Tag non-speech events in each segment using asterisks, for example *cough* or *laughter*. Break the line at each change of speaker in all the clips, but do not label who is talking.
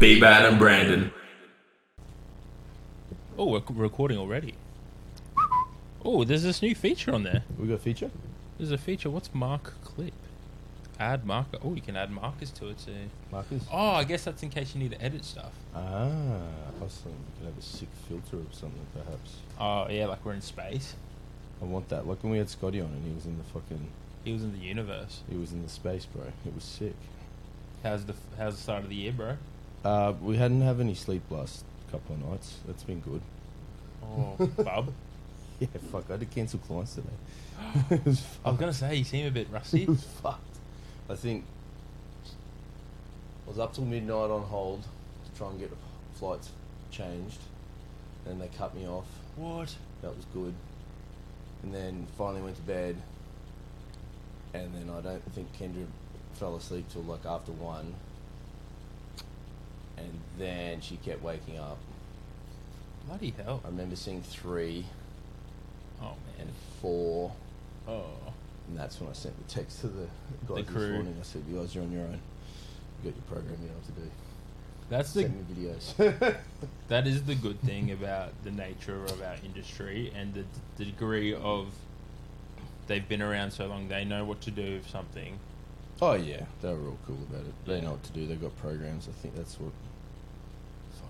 T-Bad and Brandon.
Oh, we're c- recording already. Oh, there's this new feature on there.
We got a feature?
There's a feature. What's mark clip? Add marker. Oh, you can add markers to it too.
Marcus?
Oh, I guess that's in case you need to edit stuff.
Ah, I was thinking we could have a sick filter of something, perhaps.
Oh yeah, like we're in space.
I want that. Like when we had Scotty on and he was in the fucking.
He was in the universe.
He was in the space, bro. It was sick.
How's the How's the start of the year, bro?
Uh, we hadn't have any sleep last couple of nights. That's been good. *laughs*
Oh, bub.
Yeah, fuck. I had to cancel clients today. *laughs* it was
I was
fucked.
gonna say you seem a bit rusty.
It was fucked. I think. I was up till midnight on hold to try and get flights changed. Then they cut me off.
what?
That was good. And then finally went to bed. And then I don't think Kendra fell asleep till like after one. And then she kept waking up.
Bloody hell!
I remember seeing three
Oh
and
man.
four.
Oh.
And that's when I sent the text to the guys
crew.
this morning. I said, You guys are on your own. You got your program you know what to do.
That's the
Send me videos. *laughs*
That is the good thing about the nature of our industry and the, the degree of they've been around so long, they know what to do with something.
oh, yeah. They were all cool about it. They know what to do. They've got programs. I think that's what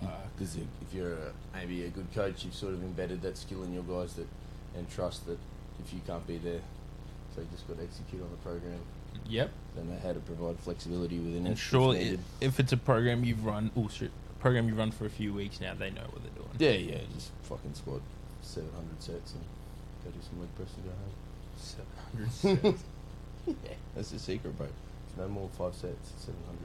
Fuck.
Because if if you're a, maybe a good coach, you've sort of embedded that skill in your guys that, and trust that if you can't be there, so you just got to execute on the program.
Yep.
They know how to provide flexibility within it.
And
if
surely,
needed.
if it's a program you've run, oh, shit, a program you've run for a few weeks now, they know what they're doing.
yeah, yeah, just fucking squat 700 sets and go do some leg press and go
700
home.
sets.
Yeah, that's the secret, bro. It's no more five sets, it's 700.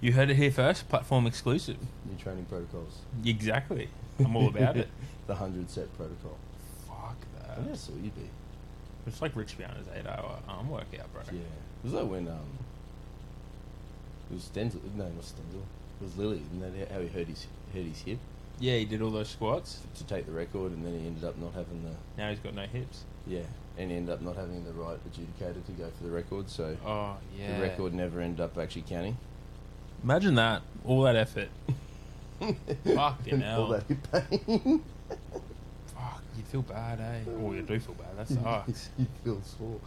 you heard it here first, platform exclusive.
New training protocols.
Exactly. I'm all about it.
The 100 set protocol.
*laughs* Fuck
I mean,
that.
that's all you do.
It's like Rich Bianca's 8 hour arm workout, bro.
Yeah. Was that when um it was Stenzel no not Stenzel. It was Lily, and that how he hurt his hurt his hip
Yeah, he did all those squats.
to take the record and then he ended up not having the
Now he's got no hips.
yeah. And he ended up not having the right adjudicator to go for the record, so
Oh, yeah.
the record never ended up actually counting.
Imagine that. All that effort. *laughs* Fucking
And *laughs* all
hell.
that hip pain.
Fuck, you feel bad, eh? Oh, you do feel bad. That
*laughs*
sucks.
you feel sore.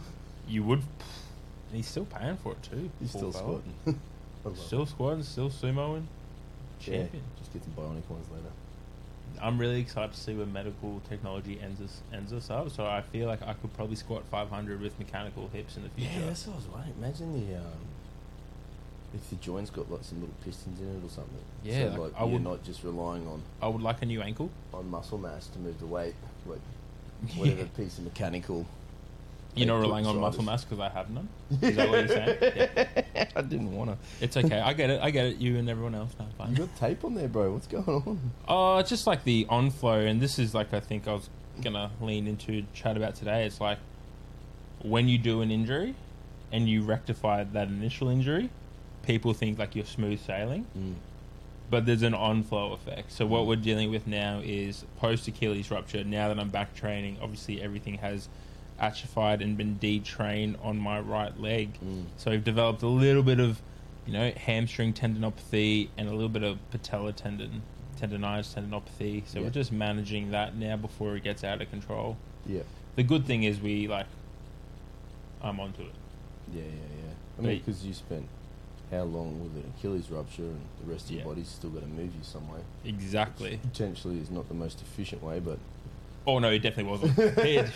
you would. And he's still paying for it, too. poor
You're
fella.
still squatting. *laughs* I love it.
Still squatting, still sumoing.
yeah,
Champion.
just get some bionic ones later.
I'm really excited to see where medical technology ends us, ends us up. So I feel like I could probably squat 500 with mechanical hips in the future.
Yeah, that's what I was wondering. Imagine the um, if the joint's got like some little pistons in it or something.
Yeah, like,
so, like,
I
you're
would-
not just relying on
I would like a new ankle.
on muscle mass to move the weight,
*laughs*
like whatever
Yeah.
piece
*laughs*
of mechanical.
You're not
Like,
relying on
arthritis.
muscle mass because I have none. Is that what you're saying? Yeah.
I didn't want to.
It's okay. I get it. I get it. You and everyone else. No, fine.
*laughs* You got tape on there, bro. What's going
*laughs*
on?
Oh, it's just like the on flow, and this is like I think I was gonna lean into chat about today. It's like when you do an injury and you rectify that initial injury, people think like you're smooth sailing,
Mm.
but there's an on flow effect. So what we're dealing with now is post Achilles rupture. Now that I'm back training, obviously everything has atrophied and been detrained on my right leg.
Mm.
So I've developed a little bit of, you know, hamstring tendinopathy and a little bit of patella tendon, tendonitis tendinopathy. So
Yeah.
we're just managing that now before it gets out of control.
Yeah,
The good thing is we like, I'm onto it.
yeah, yeah, yeah. I
But-
mean, because you spent how long with an Achilles rupture and the rest of your
Yeah.
body's still got to move you some way. *laughs*
Exactly.
Potentially is not the most efficient
*laughs*
way, but *laughs*
Oh no, it definitely wasn't. It-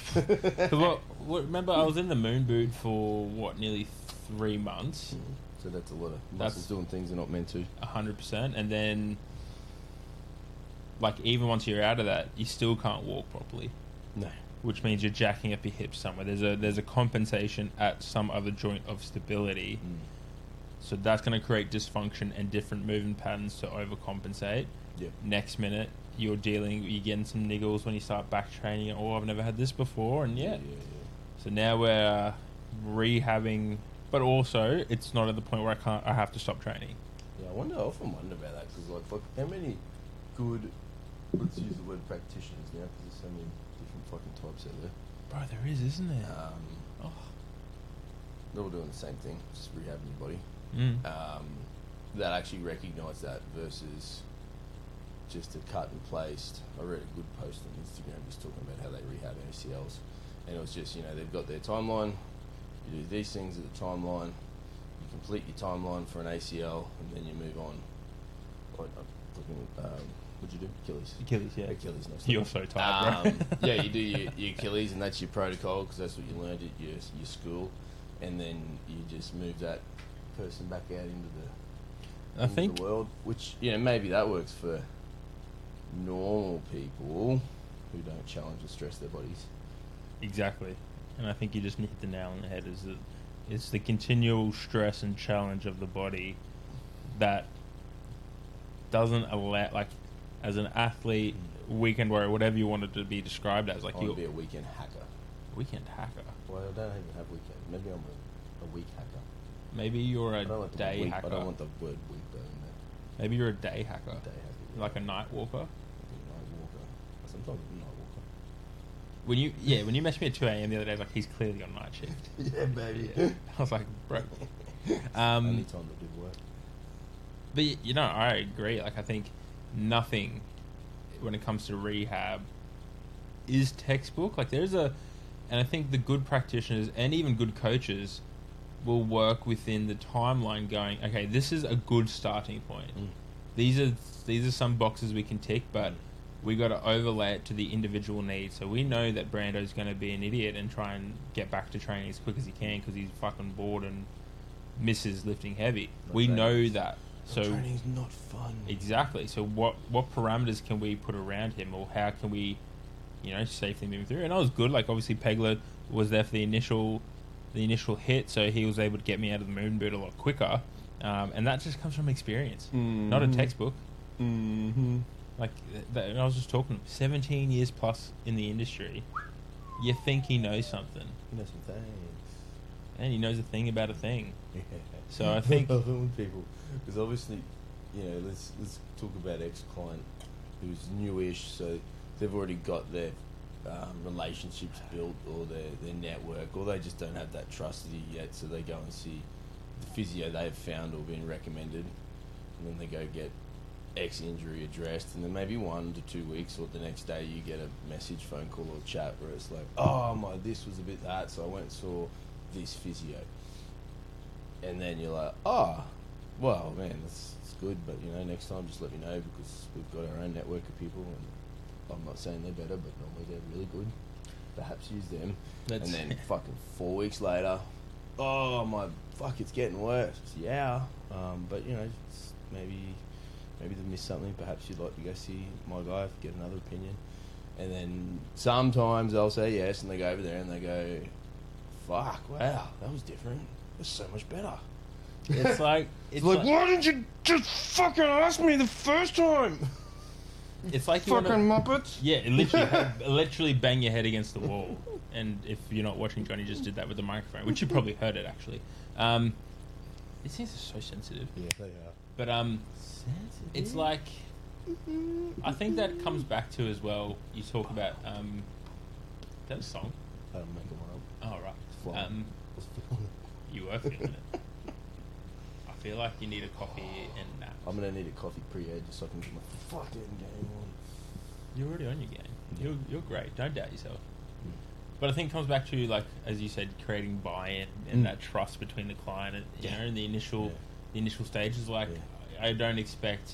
'cause what, what, remember, I was in the moon boot for what nearly three months,
so that's a lot of
That's-
muscles doing things they're not meant to.
hundred percent, and then. Like even once you're out of that, you still can't walk properly.
No.
which means you're jacking up your hips somewhere. There's a there's a compensation at some other joint of stability,
Mm.
so that's going to create dysfunction and different movement patterns to overcompensate.
Yep.
Next minute, you're dealing, you're getting some niggles when you start back training. Oh, I've never had this before, and yeah. So now we're uh, rehabbing, but also it's not at the point where I can't, I have to stop training.
Yeah, I wonder. I often wonder about that because, like, fuck, how many good let's use the word practitioners now because there's so many different fucking types out there.
Bro, there is, isn't there?
Um,
Oh.
they're all doing the same thing, just rehabbing your body.
Mm.
Um, that actually recognise that versus just a cut and placed. I read a good post on Instagram just talking about how they rehab ACLs, and it was just you know they've got their timeline. You do these things at the timeline. You complete your timeline for an ACL, and then you move on. Like, I'm looking at, um, what'd you do? Achilles.
Achilles, yeah.
Achilles. No, it's not-
You're *laughs* so tired,
um,
bro.
yeah, you do your, your Achilles, and that's your protocol because that's what you learned at your, your school, and then you just move that person back out into the,
I
into
think
the world. Which you know maybe that works for normal people who don't challenge and stress their bodies.
Exactly, and I think you just hit the nail on the head. Is that it's the continual stress and challenge of the body that doesn't allow, like, as an athlete, weekend warrior, whatever you want it to be described as, like
Mm. I
you
want to be a weekend hacker.
weekend hacker.
Well, I don't even have weekend. Maybe I'm a, a week hacker.
Maybe you're
I
a
don't want the
day
week,
hacker.
I don't want the word week though. In
Maybe you're a day hacker,
there. Day hacker.
like a night walker.
night walker. Sometimes I'm a night walker.
When you yeah, when you messaged me at two a.m. the other day, I was like he's clearly on night shift. *laughs*
*laughs* Yeah, baby.
I was like, bro.
Only
Um,
time to do work.
But y- you know, I agree. Like, I think nothing when it comes to rehab is textbook. Like, there's a, and I think the good practitioners and even good coaches will work within the timeline. Going, okay, this is a good starting point.
Mm.
These are these are some boxes we can tick, but we got to overlay it to the individual needs. So we know that Brando's going to be an idiot and try and get back to training as quick as he can because he's fucking bored and misses lifting heavy.
Not
we
training.
know that. So
training's not fun.
Exactly. So what what parameters can we put around him, or how can we, you know, safely move him through? And I was good. Like obviously Pegler was there for the initial, the initial hit, so he was able to get me out of the moon boot a lot quicker, um, and that just comes from experience, not a textbook.
Mm-hmm.
Like th- that, and I was just talking, seventeen years plus in the industry, you think he knows something,
You know some things. *laughs*
and he knows a thing about a thing.
Yeah. *laughs*
So I think-
I warn people because obviously, you know, let's let's talk about ex client who's newish, so they've already got their um, relationships built or their their network, or they just don't have that trust with you yet, so they go and see the physio they've found or been recommended, and then they go get X injury addressed, and then maybe one to two weeks or the next day you get a message, phone call, or chat where it's like, oh my, this was a bit that, so I went and saw this physio, and then you're like, oh, well, man, that's, that's good, but you know, next time just let me know because we've got our own network of people, and I'm not saying they're better, but normally they're really good. Perhaps use them,
That's
and then fucking four weeks later, oh my fuck, it's getting worse. Yeah, um, but you know, it's maybe maybe they missed something. Perhaps you'd like to go see my guy, get another opinion. And then sometimes they'll say yes, and they go over there and they go, "Fuck, wow, that was different. That's so much better."
it's like it's
It's like, why didn't you just fucking ask me the first
*laughs*
time?
it's like you
fucking
wanna-
muppets.
Yeah, it
*laughs*
literally, literally bang your head against the wall. And if you're not watching, Johnny just did that with the microphone, which you probably heard it actually. Um, these things are so sensitive,
Yeah, they are.
but um, it's like I think that comes back to as well. You talk about um, is that a song.
I don't make 'em up.
Oh
It's
right,
flying.
um,
It's flying.
you were feeling it. I feel like you need a coffee and nap.
*laughs* I'm gonna need a coffee pre-ed just so I can get my fucking game on.
You're already on your game. You're, you're great. Don't doubt yourself.
Mm.
But I think it comes back to like as you said, creating buy-in and
Mm.
that trust between the client. And, you
Yeah.
know, in the initial
Yeah.
the initial stages. Like
Yeah.
I don't expect.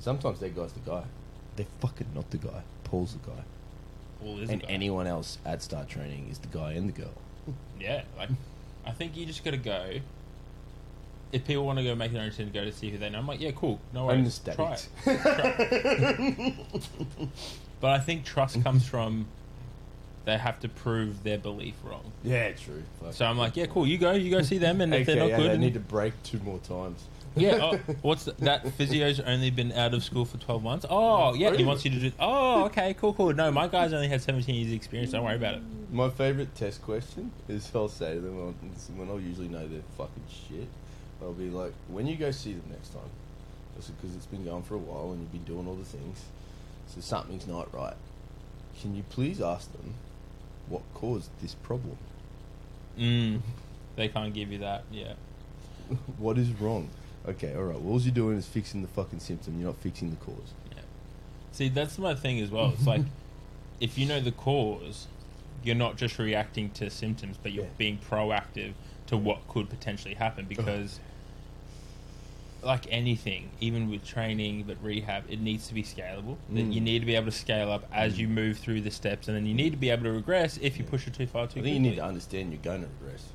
Sometimes that guy's the guy. They're fucking not the guy. Paul's the guy.
Well, is
and anyone else at Start Training is the guy and the girl.
Yeah, like I think you just got to go. If people want to go make their own team, go to see who they know. I'm like, yeah, cool. No worries.
Understand.
Try it. But I think
*laughs*
trust comes from they have to prove their belief wrong.
yeah, true. Fuck.
So I'm like, yeah, cool. You go, you go see them, and if
Okay,
they're not
yeah,
good,
they
and-
need to break two more times.
*laughs* Yeah.
*laughs*
Oh, what's th that? Physio's only been out of school for twelve months. Oh, yeah. He wants you to do. Oh, okay. Cool, cool. No, my guy's only had seventeen years experience. Don't worry about it.
My favourite test question is I'll say to them when I'll- when I'll usually know they're fucking shit. I'll be like, when you go see them next time, that's because it's been going for a while and you've been doing all the things, so something's not right. Can you please ask them what caused this problem?
Mm. They can't give you that. Yeah.
What is wrong? Okay, all right. Well, all you're doing is fixing the fucking symptom. You're not fixing the cause.
See, that's my thing as well. It's
*laughs*
like if you know the cause, you're not just reacting to symptoms, but you're
Yeah. Uh-huh.
being proactive to what could potentially happen because like anything, even with training but rehab, it needs to be scalable. That
Mm.
you need to be able to scale up as you move through the steps and then you need to be able to regress if you
Yeah.
push it too far too
I think you need to
quickly.
understand you're going to regress,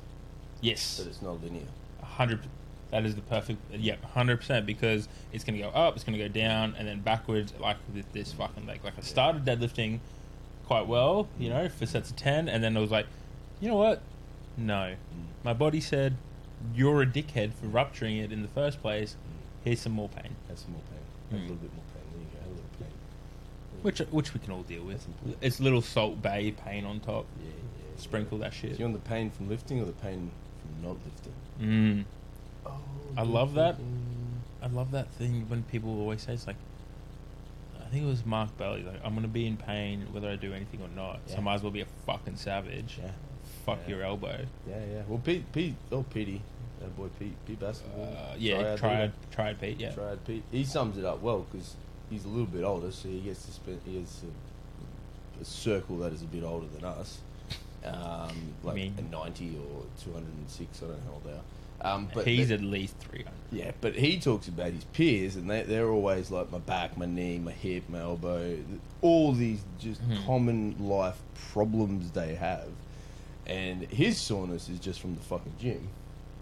Yes.
but it's not linear.
A hundred. per- That is the perfect. Yep, hundred percent. Because it's going to go up, it's going to go down, and then backwards. Like with this fucking leg. Like I started deadlifting quite well, you know, for sets of ten, and then I was like, you know what? No, my body said you're a dickhead for rupturing it in the first place. Here's some more pain,
Have some more pain.
Mm.
Have a little bit more pain. There you go. Have a little pain.
which which we can all deal with.
That's important.
It's little Salt Bay pain on top.
Yeah, yeah.
Sprinkle that
Yeah. So
shit.
you're on the pain from lifting or the pain from not lifting?
Mm.
Oh,
I love that. I love that thing when people always say it's like, I think it was Mark Bailey. Like, I'm gonna be in pain whether I do anything or not, so I
Yeah.
might as well be a fucking savage.
Yeah,
Fuck
Yeah.
your elbow.
yeah, yeah. Well, Pete, Pete, oh, Petey, that boy Pete, Pete basketball.
Uh, yeah,
triad
tried,
leader.
tried Pete. Yeah,
Triad Pete. He sums it up well because he's a little bit older, so he gets to spend. He has a, a circle that is a bit older than
*laughs*
us, um, like
Me.
a ninety or two hundred and six. I don't know how old they are. Um, but
he's
they-
at least three hundred.
yeah, but he talks about his peers, and they, they're always like my back, my knee, my hip, my elbow, th- all these just
Mhm.
common life problems they have. And his soreness is just from the fucking gym.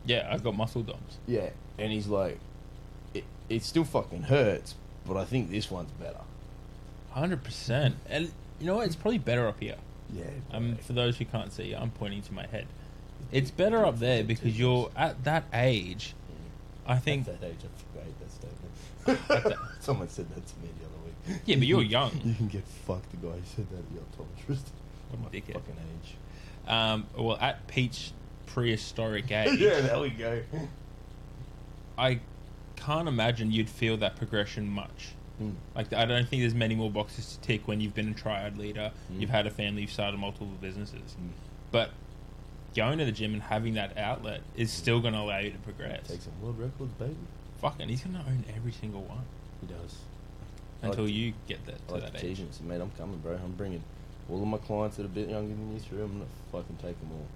Yeah, I've got muscle dumps.
Yeah, and he's like, it, it still fucking hurts, but I think this one's better.
Hundred percent. And you know what? It's probably better up here.
Yeah.
Um, for those who can't see, I'm pointing to my head. It's better up there because you're at that age. I think.
At that age, I forgot that statement. *laughs* Someone said that to me the other week.
*laughs* Yeah, but you're
You *laughs*
young.
can get fucked, the guy who said that at the optometrist.
I'm a dickhead.
Fucking age.
Um, well, at Pete's prehistoric
*laughs*
age.
yeah, there we go.
I can't imagine you'd feel that progression much.
Mm.
Like I don't think there's many more boxes to tick when you've been a triad leader,
Mm.
you've had a family, you've started multiple businesses.
Mm.
But going to the gym and having that outlet is
Mm.
still going to allow you to progress.
Take some world records, baby.
Fucking, he's going to own every single one
He does. I like
until
to-
you get that
I
to
like
that age.
achievements, mate. I'm coming, bro. I'm bringing all of my clients that are a bit younger than you through. I'm gonna fucking take them all,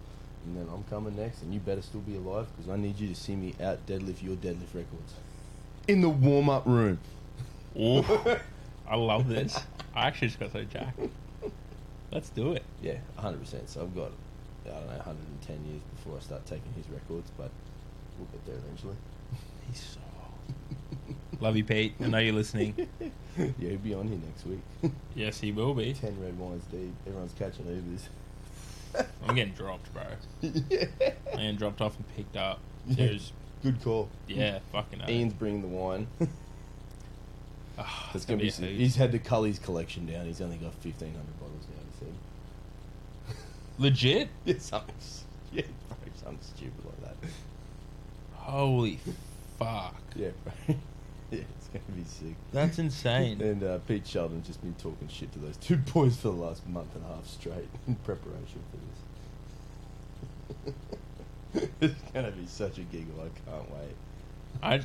and then I'm coming next, and you better still be alive because I need you to see me out deadlift your deadlift records in the warm up room.
Ooh,
*laughs*
I love this. I actually just got so jacked. Let's do it.
Yeah, 100. percent So I've got I don't know 110 years before I start taking his records, but we'll get there eventually. *laughs*
He's so old. Love you, Pete. I know you're
*laughs*
listening.
yeah, he'll be on here next week. *laughs*
Yes, he will be.
10 red wines deep. Everyone's catching Ubers.
I'm getting dropped,
*laughs*
bro. Man dropped off and picked up.
Yeah.
There's
Good call.
yeah, fucking. oath.
Ian's bringing the *laughs* wine.
Ah,
That's
it's
gonna be.
a hoot.
He's had to cull his collection down. He's only got fifteen hundred bottles now. He said.
legit.
*laughs* Yeah, something. s- Yeah, bro, something stupid like that.
Holy fuck,
*laughs* Yeah, bro. *laughs* Yeah, it's gonna be sick.
that's insane.
And uh, Pete Sheldon's just been talking shit to those two *laughs* boys for the last month and a half straight *laughs* in preparation for this. *laughs* it's gonna be such a giggle. I can't wait.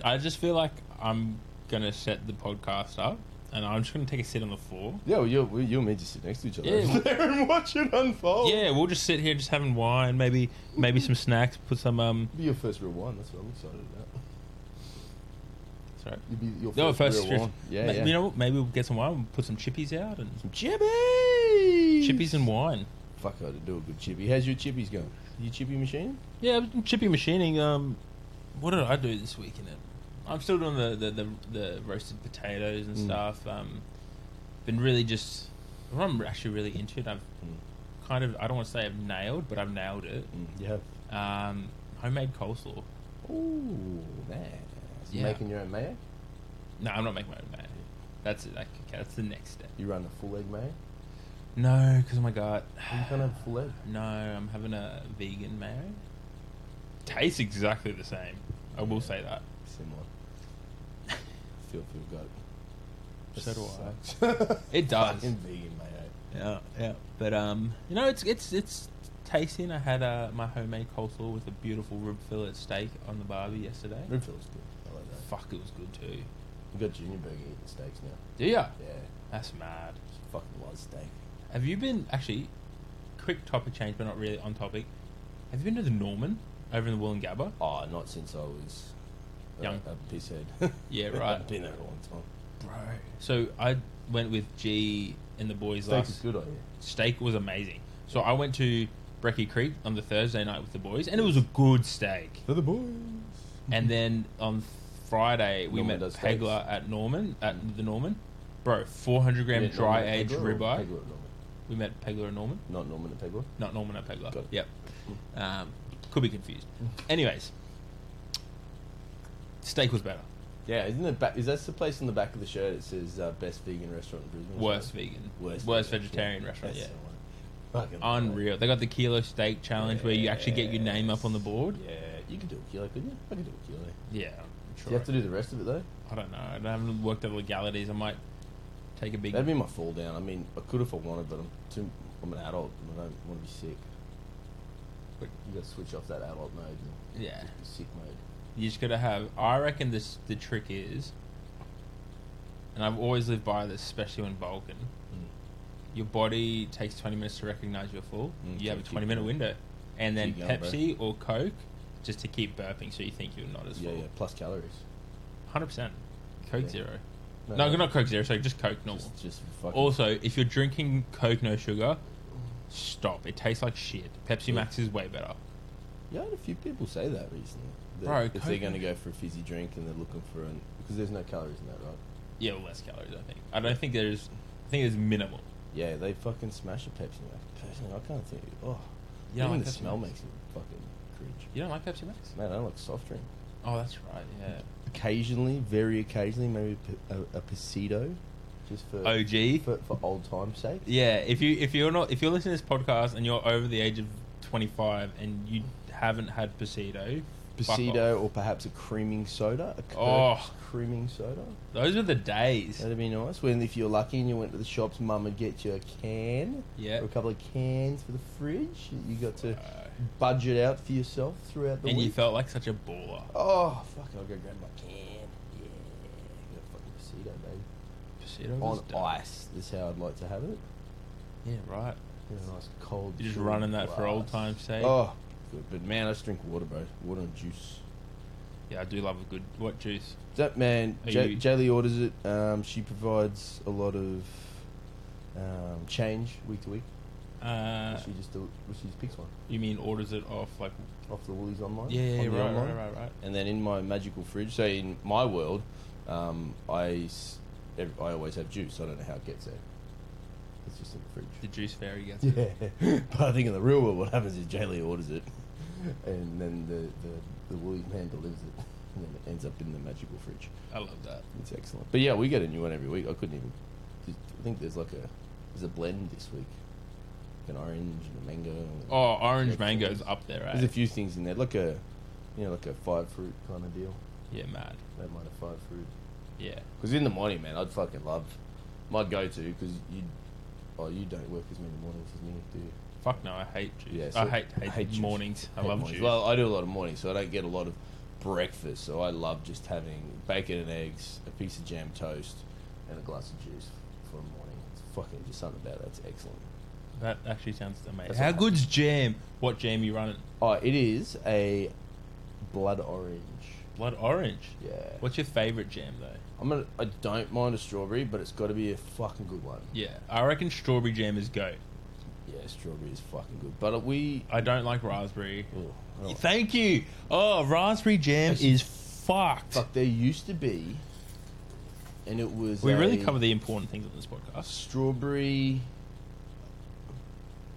I I just feel like I'm gonna set the podcast up, and I'm just gonna take a sit on the floor.
Yeah, well, you're, well, you and me just sit next to each other *laughs*
Yeah.
there and watch it unfold.
Yeah, we'll just sit here, just having wine, maybe maybe some snacks, put some um.
It'll be your first real wine. That's what I'm excited about.
Sorry.
You'll be your
No, first,
real
experience.
wine. Yeah,
Ma-
yeah.
You know, what? maybe we'll get some wine, we'll put some chippies out, and
Some chippies.
chippies and wine.
Fuck, I would do a good chippy. How's your chippies going? You chippy machine?
Yeah, I'm chippy machining. Um, what did I do this week in it? I'm still doing the the, the, the roasted potatoes and
Mm.
stuff. Um, been really just what I'm actually really into it. I've kind of I don't want to say I've nailed, but I've nailed it.
Mm, Yeah.
Um, homemade coleslaw.
Ooh, man.
Yeah.
Making your own mayo?
No, I'm not making my own mayo. That's it. Like, okay, that's the next step.
You run a full egg mayo?
No, because oh my god,
You can't have full egg.
no, I'm having a vegan mayo. Tastes exactly the same. I will say that. *laughs*
Similar. feel feel got it.
So do I.
Sucks. *laughs*
It does.
Fucking vegan eh? mayo.
Yeah, yeah. But um, you know, it's it's it's tasty. And I had uh, my homemade coleslaw with a beautiful rib fillet steak on the barbie yesterday.
Red feels good. I like that.
fuck, it was good too.
We've got Junior Burger eating steaks now.
Do ya?
Yeah,
That's mad.
she fucking loves steak.
Have you been actually? Quick topic change, but not really on topic. Have you been to the Norman over in the Wollongabba?
Oh, not since I was a-
Young.
a pisshead.
Yeah,
I've *laughs* been there a long time.
bro. So I went with G and the boys
Steak
last.
is good on you.
steak was amazing. So I went to Brecky Creek on the Thursday night with the boys, and it was a good steak.
For the boys.
And then on Friday we
Mm-hmm. Norman
met
does steaks.
Pegler at Norman at the Norman, bro. Four hundred gram
Yeah,
dry
Norman at
aged
Pegler or
ribeye.
Pegler at Norman?
We met Pegler at Norman,
Not Norman at Pegler.
not Norman at Pegler.
Got it. Mm.
Yep. Um, could be confused. Anyways, steak was better.
Yeah, isn't it? Ba- is that the place on the back of the shirt? It says uh, best vegan restaurant in Brisbane. or
Worst
something?
vegan,
Worst,
worst,
vegan,
vegetarian restaurant. Yeah.
That's the one. Fucking love it.
Unreal. They got the kilo steak challenge where you actually get your name up on the board.
Yeah, you could do a kilo, couldn't you? I could do a kilo.
Yeah, I'm
You
sure.
have to do the rest of it though.
I don't know. I haven't worked out the legalities. I might take a big.
That'd be my fall down. I mean, I could if I wanted, but I'm too. I'm an adult, and I don't want to be sick. But you got to switch off that adult mode and
yeah,
just be sick mode.
you just gotta have. I reckon this the trick is, and I've always lived by this, especially when bulking. Your body takes twenty minutes to recognize you're full.
Mm,
you have a
keep- keep
twenty minute
going.
window, and then
Keep going, bro.
Pepsi or Coke, just to keep burping, so you think you're not as
Yeah,
full.
yeah. Plus calories.
Hundred percent. Coke
Yeah.
Zero. No, not Coke Zero. Sorry, just Coke normal.
Just, just fucking.
Also, if you're drinking Coke no sugar, stop. It tastes like shit. Pepsi
Yeah.
Max is way better.
Yeah, I had a few people say that recently. That
Bro,
if they're
Coke-
going to go for a fizzy drink and they're looking for an because there's no calories in that, right?
Yeah, well, less calories. I think. I don't think there's. I think there's minimal.
Yeah, they fucking smash a Pepsi Max. Personally, I can't think. Oh,
You don't
even
like
the
Pepsi
smell
Max?
makes it fucking cringe.
You don't like Pepsi Max?
Man, I don't like soft drink.
Oh, that's right. Yeah.
Occasionally, very occasionally, maybe a, p- a, a pasito, just for,
OG.
for for old time's sake.
Oh. Yeah. If you if you're not if you're listening to this podcast and you're over the age of 25 and you haven't had Pasito, fuck
Pasito,
off.
or perhaps a creaming soda. A Kirk's
Oh.
creaming soda.
Those are the days.
That'd be nice. When if you're lucky and you went to the shops, mum would get you a can.
Yeah.
Or a couple of cans for the fridge. that You got to
Uh,
budget out for yourself throughout the
and
week.
you felt like such a baller.
oh fuck! I'll go grab my can. Yeah, Got a fucking prosecco, baby.
Pasito was
On
dope.
ice. That's how I'd like to have it.
Yeah. Right.
In a nice cold.
You're just
chilled
running that for old
glass.
time's eh? sake.
Oh, good. But man, I just drink water, bro. Water and juice.
Yeah, I do love a good what juice.
That man,
Are
J-
you-
Jaylee orders it. Um, she provides a lot of um, change week to week.
Uh,
she just do, she just picks one
you mean orders it off like
off the Woolies online.
yeah, yeah,
on
yeah
the
right,
online.
right, right, right.
And then in my magical fridge, so in my world, um, I s- ev- I always have juice. I don't know how it gets there. It's just in the fridge.
*laughs* The juice fairy gets it.
Yeah, but I think in the real world, what happens is Jaylee orders it, and then the the, the Woolies man delivers it, and then it ends up in the magical fridge.
I love that.
It's excellent. But yeah, we get a new one every week. I couldn't even. I think there's like a there's a blend this week, an orange and a mango. And
Oh, orange
Yeah,
mango's
cool.
up there, eh?
There's a
right?
few things in there, like a you know like a five fruit kind of deal.
Yeah, mad.
They might have five fruit.
Yeah.
Because in the morning, man, I'd fucking love my go-to because you. Oh, you don't work as many mornings as me, do you?
Fuck no, I hate juice.
Yeah, so-
I hate hate,
I hate juice.
mornings. I
Hate
love
mornings.
juice.
Well, I do a lot of mornings, so I don't get a lot of breakfast. So I love just having bacon and eggs, a piece of jam toast, and a glass of juice for a morning. It's fucking just something about that's excellent.
that actually sounds amazing.
That's
How
what-
good's jam? What jam you running?
Oh, it is a blood orange.
Blood orange.
Yeah.
What's your favorite jam though?
I'm gonna. I don't mind a strawberry, but it's got to be a fucking good one.
Yeah, I reckon strawberry jam is go.
Yeah, strawberry is fucking good. But we.
I don't like raspberry.
Oh, I don't-
Thank you. Oh, raspberry jam
Actually,
is fucked.
fuck, there used to be, and it was.
We really
a-
cover the important things on this podcast.
strawberry,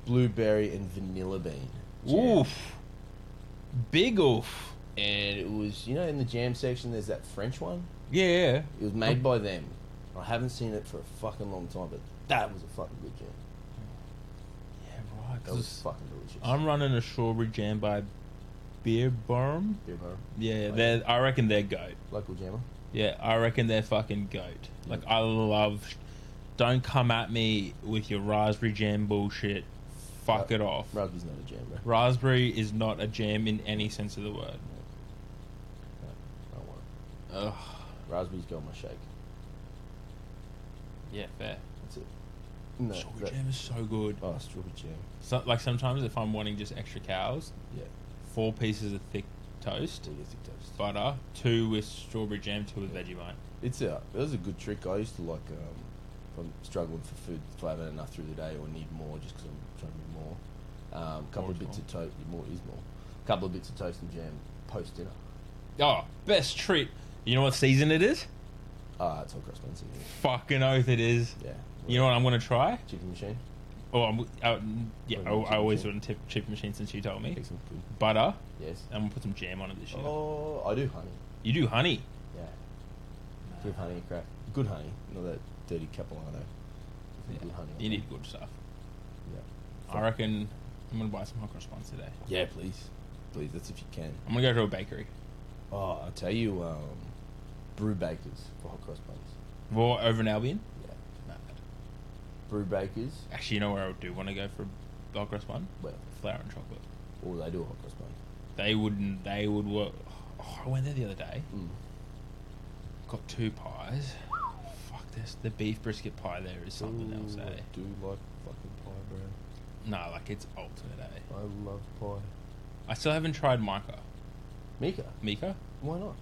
blueberry, and vanilla bean. jam.
Oof. Big oof.
And it was, you know, in the jam section, there's that French one.
Yeah, yeah.
It was made
Oh.
by them. I haven't seen it for a fucking long time, but that was a fucking good jam.
Yeah, right.
That was fucking delicious.
I'm running a strawberry jam by Beer Barm.
Beer bar,
Yeah,
Like-
they're, I reckon they're goat.
local jammer.
Yeah, I reckon they're fucking goat. Like, I love. Don't come at me with your raspberry jam bullshit. Fuck
Right.
it off.
Rugby's not a jam, bro.
Raspberry is not a jam in any sense of the word.
I don't want it.
Ugh.
Raspberry's got my shake.
Yeah, fair.
That's it. No,
strawberry
that-
jam is so good.
Oh, strawberry jam.
So, like sometimes if I'm wanting just extra cows,
Yeah,
four pieces of thick toast,
still gets it toast.
butter, two with strawberry jam, two with Vegemite.
It's a it was a good trick. I used to like um, if I'm struggling for food, if I haven't had enough through the day or need more, just because I'm trying to be more. Um, couple
More
of
is
bits
more.
of toast, more is more. Couple of bits of toast and jam post dinner.
Oh, best treat. You know what season it is?
Ah, it's all cross Spencer.
Fucking oath it is.
Yeah,
You know what I'm gonna try?
chicken machine.
Oh, I'm, uh, yeah, I, I always
Chicken.
want a tip- chip machine since you told me. Uh,
Excellent food.
Butter,
Yes.
and we'll put some jam on it this year.
Oh, I do honey.
You do honey.
Yeah, give honey a crack. Good honey, not that dirty Capilano.
Yeah,
Good honey. I
You need
think.
good stuff.
Yeah.
I reckon I'm gonna buy some hot cross buns today.
Yeah, please, please. That's if you can.
I'm gonna go to a bakery.
Oh, I tell you, um, brew bakers for hot cross buns.
Well, over in Albion.
Yeah.
Mad.
brew bakers.
Actually, you know where I do want to go for a hot cross bun?
Well,
Flour and chocolate.
all they do are hot cross buns.
They wouldn't. They would work. Oh, I went there the other day.
Mm.
Got two pies. Fuck this. The beef brisket pie there is something else, eh?
do like fucking pie, bro.
No, like it's ultimate, eh?
I love pie.
I still haven't tried Micah.
Mika,
Mika?
why not?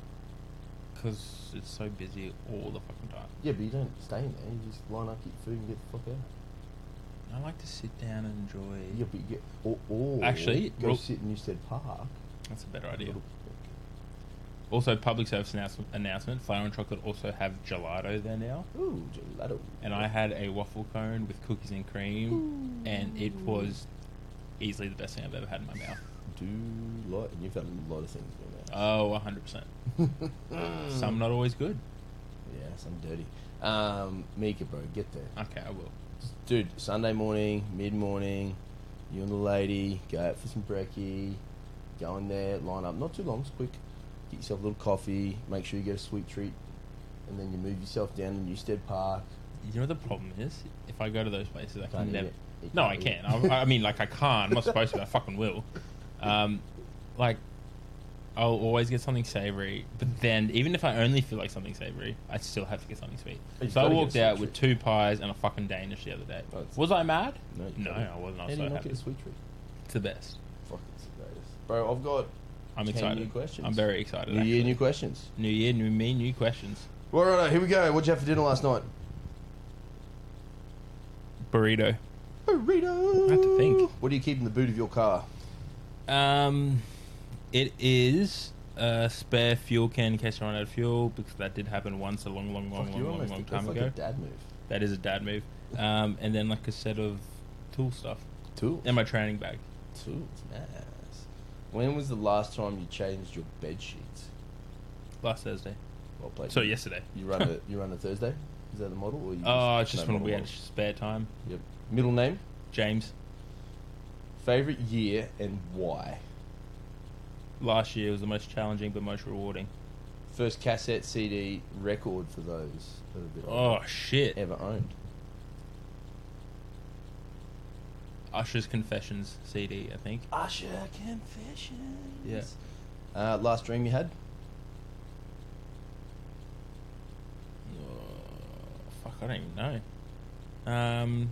Because it's so busy all the fucking time.
Yeah, but you don't stay in there. You just line up, get food, and get the fuck out.
I like to sit down and enjoy.
Yeah, but you get or, or
Actually,
go
well-
sit in Newstead Park.
That's a better idea.
Little-
Also, public service announcement, announcement Flour and Chocolate also have gelato there now.
Ooh, gelato.
And I had a waffle cone with cookies and cream, and it was easily the best thing I've ever had in my mouth.
do like, and you've had a lot of things in there.
Oh, 100%. Some not always good.
yeah, some dirty. Um, Mika, bro, get there.
Okay, I will.
Dude, Sunday morning, mid morning, you and the lady, go out for some brekkie, go in there, line up, not too long, it's quick. Get yourself a little coffee, make sure you get a sweet treat, and then you move yourself down to Newstead Park.
You know what the problem is? If I go to those places, I
Can't
can
eat
never.
it. It
No, I
eat
can.
it.
I, I mean, like, I can't. I'm not supposed to. but I fucking will. Um, like, I'll always get something savory, but then even if I only feel like something savory, I still have to get something sweet.
But you've
So I
gotta get
walked
a
out
sweet
with two pies and a fucking Danish the other day.
Oh, it's-
was I mad?
No, you
No,
can't.
I wasn't. I
How
was
do you
so
not
happy.
get a sweet treat?
It's the best.
Fuck, it's the greatest. Bro, I've got
I'm
10
excited.
new questions.
I'm very excited.
new year,
actually.
new questions.
New year, new me, new questions.
Well, right, here we go. What'd you have for dinner last night?
Burrito.
Burrito.
I had to think.
What do you keep in the boot of your car?
Um, it is a spare fuel can in case I run out of fuel because that did happen once a long, long, long,
Fuck,
long,
you
long, long,
almost did-
time
that's
ago.
like a dad move.
That is a dad move. Um, and then like a set of tool stuff
Tool.
in my training bag.
Tools, nice. When was the last time you changed your bed sheets?
Last Thursday.
Well played.
So yesterday. *laughs*
You run a you run a Thursday. Is that the model? Or you
Oh, it's just
no
when we
model,
had spare time.
model. Yep. Middle name,
James.
favorite year, and why.
Last year was the most challenging but most rewarding.
First cassette CD record for those that have been
Oh shit!
ever owned.
Usher's Confessions CD, I think.
Usher Confessions.
Yeah.
Uh, last dream you had?
Oh, fuck, I don't even know. Um,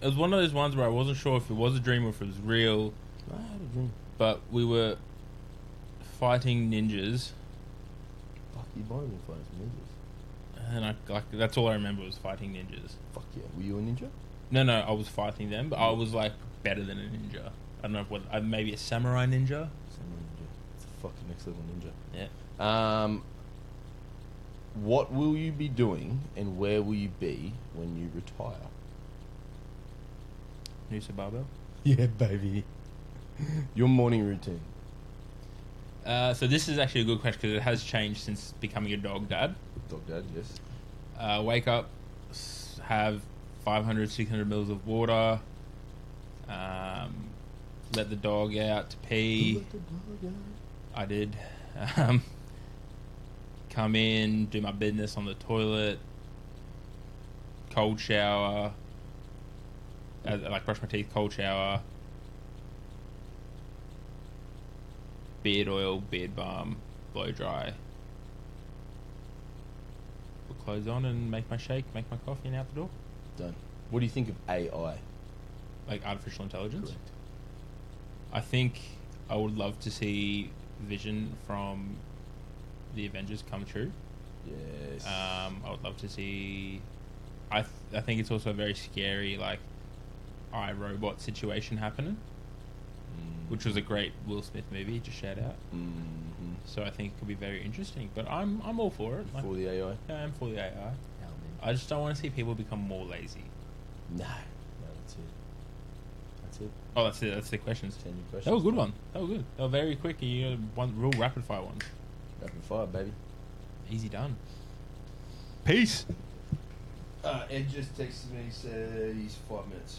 it was one of those ones where I wasn't sure if it was a dream or if it was real,
I had a dream.
but we were fighting ninjas,
Fuck, you might have been fighting some ninjas.
and I like that's all I remember was fighting ninjas.
Fuck yeah. Were you a ninja?
No, no, I was fighting them, but I was like better than a ninja. I don't know what, uh, maybe a samurai ninja.
Some ninja. It's a fucking next level ninja.
Yeah.
Um, what will you be doing and where will you be when you retire?
*laughs* Noosa Barbell.
Yeah, baby. Your morning routine.
Uh, so this is actually a good question because it has changed since becoming a dog dad.
Dog dad, yes.
uh, wake up, s- have 500, 600 mils of water, um, let the dog out to pee. I did. Um, come in, do my business on the toilet, cold shower, uh, like brush my teeth, cold shower, beard oil, beard balm, blow dry. Put clothes on and make my shake, make my coffee, and out the door.
Done. What do you think of AI?
Like artificial intelligence. I think I would love to see Vision from the Avengers come true.
Yes.
Um, I would love to see. I th- I think it's also a very scary like, I robot situation happening,
Mm.
which was a great Will Smith movie. Just shout out.
Mhm.
So I think it could be very interesting. But I'm I'm all for it. Like,
For the AI?
I am for the AI. I just don't want to see people become more lazy.
No. No, that's it. That's it.
Oh, that's it. That's the questions.
Ten new questions.
That was a good one. That was good. They were very quick. And you got one real rapid fire ones.
Rapid fire, baby.
Easy done. Peace.
Uh, Ed just texted me, said he's five minutes.